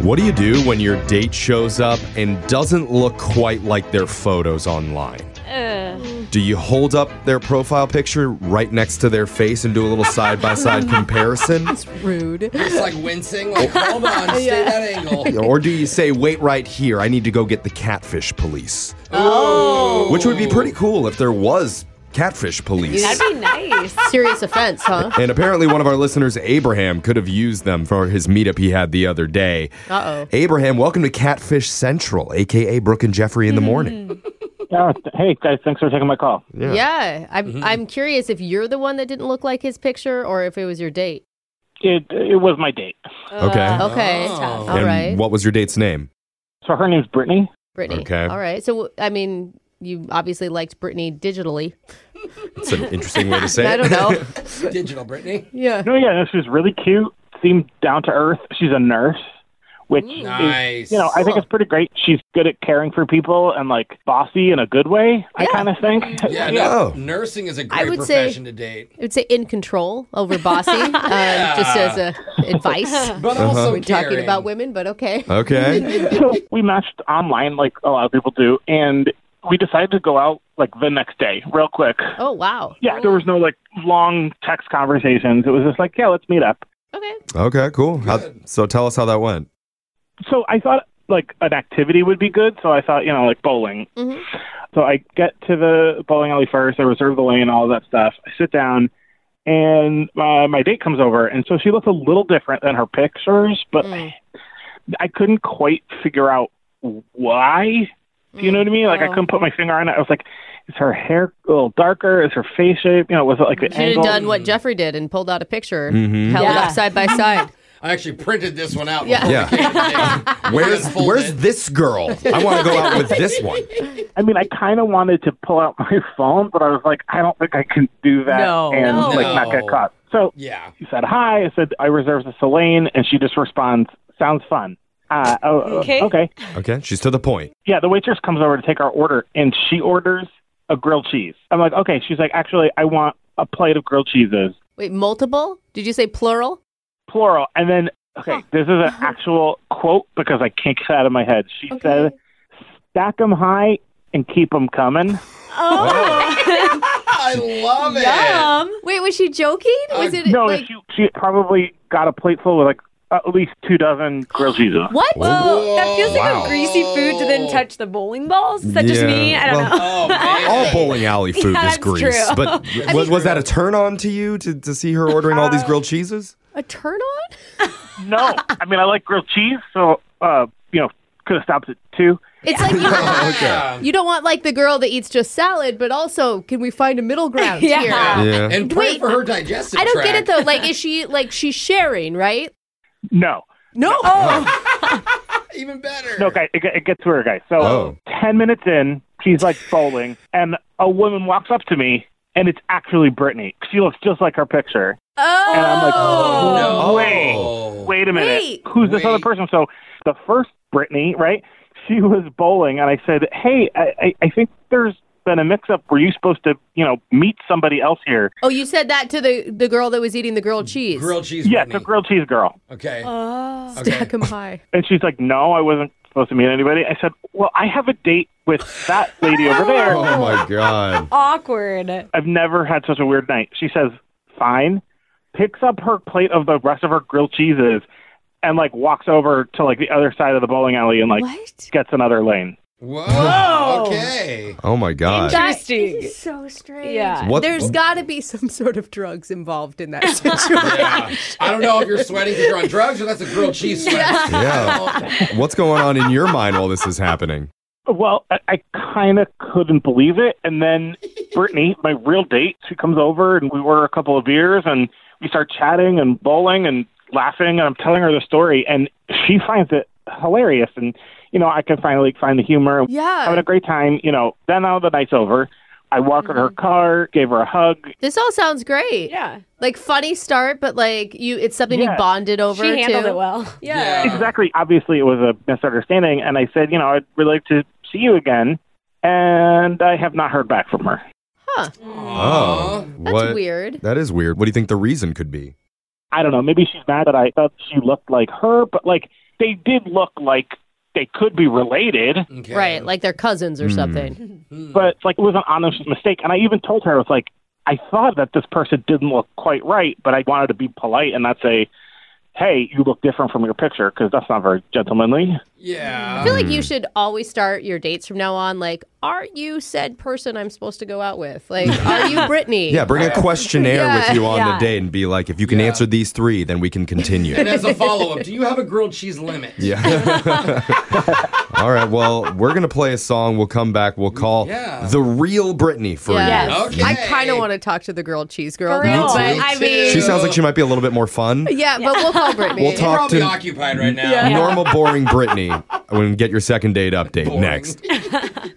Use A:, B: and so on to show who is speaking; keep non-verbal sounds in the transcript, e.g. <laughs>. A: What do you do when your date shows up and doesn't look quite like their photos online? Do you hold up their profile picture right next to their face and do a little side by side
B: <laughs>
A: comparison?
C: <laughs> Rude.
D: It's like wincing.
C: <laughs>
D: Like, hold on, stay that angle.
A: Or do you say, wait right here, I need to go get the catfish police?
B: Oh.
A: Which would be pretty cool if there was catfish police.
B: That'd be nice.
C: Serious offense, huh?
A: And apparently, one of our listeners, Abraham, could have used them for his meetup he had the other day.
C: Uh-oh.
A: Abraham, welcome to Catfish Central, aka Brooke and Jeffrey
B: Hmm.
A: in the morning.
E: Yeah, th- Uh, hey guys, thanks for taking my call.
C: Yeah. I'm, I'm curious if you're the one that didn't look like his picture or if it was your date.
E: It it was my date.
B: Uh,
A: Okay.
C: Okay.
D: Oh.
C: All
A: and
C: right.
A: What was your date's name?
E: So her name's Brittany.
C: Brittany.
A: Okay.
C: All right. So, I mean, you obviously liked Brittany digitally.
A: It's an interesting way to
C: <laughs>
A: say it.
C: I don't
A: <laughs>
C: know.
D: Digital Brittany.
C: yeah.
E: No, yeah, no, she's really cute. Seemed down to earth. She's a nurse, which
D: Nice.
E: is, you know, I think it's pretty great. She's good at caring for people and like bossy in a good way. I kind of think.
D: yeah,
A: Oh.
D: no, nursing is a
C: I
D: great
C: would say-
D: profession to date.
C: I would say in control over
A: <laughs>
C: bossy, um, just as a <laughs> advice.
D: But also
C: Uh-huh. We're talking
D: caring.
C: about women, but okay.
A: Uh, Okay.
E: <laughs>
C: <laughs>
E: so we matched online like a lot of people do, and we decided to go out like the next day, real quick.
C: Oh wow.
E: Yeah, there was no like long text conversations. It was just like, yeah, let's meet up.
C: Okay.
A: Okay, cool. How- so tell us how that went.
E: so I thought like an activity would be good. So I thought, you know, like bowling.
C: Mhm.
E: So I get to the bowling alley first. I reserve the lane, all that stuff. I sit down, and uh, my date comes over, and so she looked a little different than her pictures, but I couldn't quite figure out why. Do you know what I mean? Like I couldn't put my finger on it. I was like, is her hair a little darker? Is her face shape? You know, was it like the
C: Should have
E: angle?
C: done what Jeffrey did and pulled out a picture,
A: Mhm.
C: held
B: Yeah.
C: it up side <laughs> by side.
D: I actually printed this one out.
C: Yeah.
D: before we
A: Yeah.
C: <laughs>
D: came today.
A: Where's
D: Unfold
A: Where's
D: it.
A: this girl? I want to go out with this one.
E: I mean, I kind of wanted to pull out <laughs> my phone, but I was like, I don't think I can do that
C: No.
E: and
B: No.
E: like not get caught. So
D: Yeah.
E: she said hi. I said I reserve this lane, and she just responds, "Sounds fun." Uh, oh, oh,
B: Okay.
E: okay.
A: <laughs> Okay, she's to the point.
E: Yeah, the waitress comes over to take our order, and she orders a grilled cheese. I'm like, okay. She's like, actually, I want a plate of grilled cheeses,
C: Wait, multiple? Did you say plural?
E: plural. And then, okay, this is an actual quote because I can't get it out of my head. She said, "Stack 'em high and keep 'em coming."
D: I love it.
B: Yum.
C: Wait, was she joking? Was it
E: No,
C: like
E: she, she probably got a plate full of like at least two dozen grilled cheeses.
C: what?
B: Whoa, that feels like
A: Wow.
B: a greasy food to then touch the bowling balls. Is that just
A: Yeah,
B: me? I don't
A: well-
B: know.
D: Oh,
C: <laughs>
D: man.
A: All bowling alley food
B: Yeah,
A: is
B: that's
A: grease,
B: true.
A: but was, was that a turn on to you to, to see her ordering all
C: Uh,
A: these grilled cheeses?
C: A turn on?
E: No, I mean I like grilled cheese, so uh, you know could have stopped at two.
C: <laughs> It's <laughs> like you don't, want,
D: Yeah.
C: you don't want like the girl that eats just salad, but also can we find a middle <laughs> ground
B: Yeah.
C: here?
B: Yeah.
A: Yeah.
D: And pray
C: Wait.
D: for her digestive
C: I don't get
D: tract.
C: it though. Like, is she like she's sharing, right? Oh.
E: No,
C: <laughs> No.
D: Even better.
E: no, guys, it, get- it gets weird, guys. So
A: Oh.
E: ten minutes in, she's like bowling, and a woman walks up to me, and it's actually Brittany. She looks just like her picture,
C: Oh.
E: and I'm like,
D: No. Oh.
E: no way, wait a minute,
C: Wait.
E: who's this
D: Wait.
E: other person? So the first Brittany, right? She was bowling, and I said, hey, I, I, I think there's been a mix-up. Were you supposed to, you know, meet somebody else here?
C: Oh, you said that to the the girl that was eating the grilled cheese. <laughs>
D: Grilled cheese.
E: Yeah, it's a
D: Brittany.
E: grilled cheese girl.
D: Okay.
B: Oh.
D: okay.
C: Stack 'em <laughs> high.
E: And she's like, No, I wasn't supposed to meet anybody. I said, Well, I have a date with that lady over
D: <laughs>
E: there.
A: Oh my god.
B: Awkward.
E: I've never had such a weird night. She says, Fine. Picks up her plate of the rest of her grilled cheeses and like walks over to like the other side of the bowling alley and like
B: What?
E: gets another lane.
D: Whoa.
B: Whoa.
D: Okay.
A: Oh my god.
B: Interesting.
C: so strange.
B: Yeah.
A: What-
C: There's got to be some sort of drugs involved in that <laughs> situation.
D: Yeah. I don't know if you're sweating because you're on drugs or that's a grilled cheese
A: <laughs>
D: sweat.
C: <laughs>
A: Yeah. What's going on in your mind while this is happening?
E: Well, I, I kind of couldn't believe it. And then Brittany, my real date, she comes over and we order a couple of beers and we start chatting and bowling and laughing. And I'm telling her the story and she <laughs> finds it hilarious. And, you know, I can finally find the humor. Having
C: yeah.
E: a great time. You know, then now the night's over. I walk her to her car, gave her a hug.
C: This all sounds great.
B: Yeah.
C: Like funny start, but like you, it's something you
E: Yeah.
C: bonded over.
B: She handled
C: to.
B: it well.
D: Yeah.
E: Exactly. Obviously, it was a misunderstanding. And I said, you know, I'd really like to see you again. And I have not heard back from her.
A: Oh.
C: That's
A: what?
C: weird.
A: That is weird. What do you think the reason could be?
E: I don't know. Maybe she's mad that I thought she looked like her, but like they did look like they could be related,
D: Okay. Hmm.
C: Right, like they're cousins or something.
E: but like it was an honest mistake. And I even told her, I was like, I thought that this person didn't look quite right, but I wanted to be polite and not say, "Hey, you look different from your picture," because that's not very gentlemanly.
D: Yeah.
C: I feel like you should always start your dates from now on like, are you said person I'm supposed to go out with? Like, are you Brittany?
A: Yeah, bring a questionnaire with
C: Yeah.
A: you on
B: Yeah.
A: the date and be like, if you can
D: Yeah.
A: answer these three, then we can continue.
D: <laughs> And as a follow up, do you have a grilled cheese limit?
A: Yeah. <laughs> All right. Well, we're gonna play a song. We'll come back. We'll call
D: Yeah.
A: the real Britney for
C: Yes.
A: you.
D: Okay.
C: I kind of want to talk to the grilled cheese girl.
B: For
C: though,
B: real.
C: but
B: Me
C: I
D: too.
C: mean,
A: She sounds like she might be a little bit more fun.
C: yeah, but we'll call Brittany.
A: We'll talk
D: probably
A: to-
D: occupied right now.
B: Yeah.
A: Normal, boring Brittany. When we get your second date update
D: Boring.
A: next.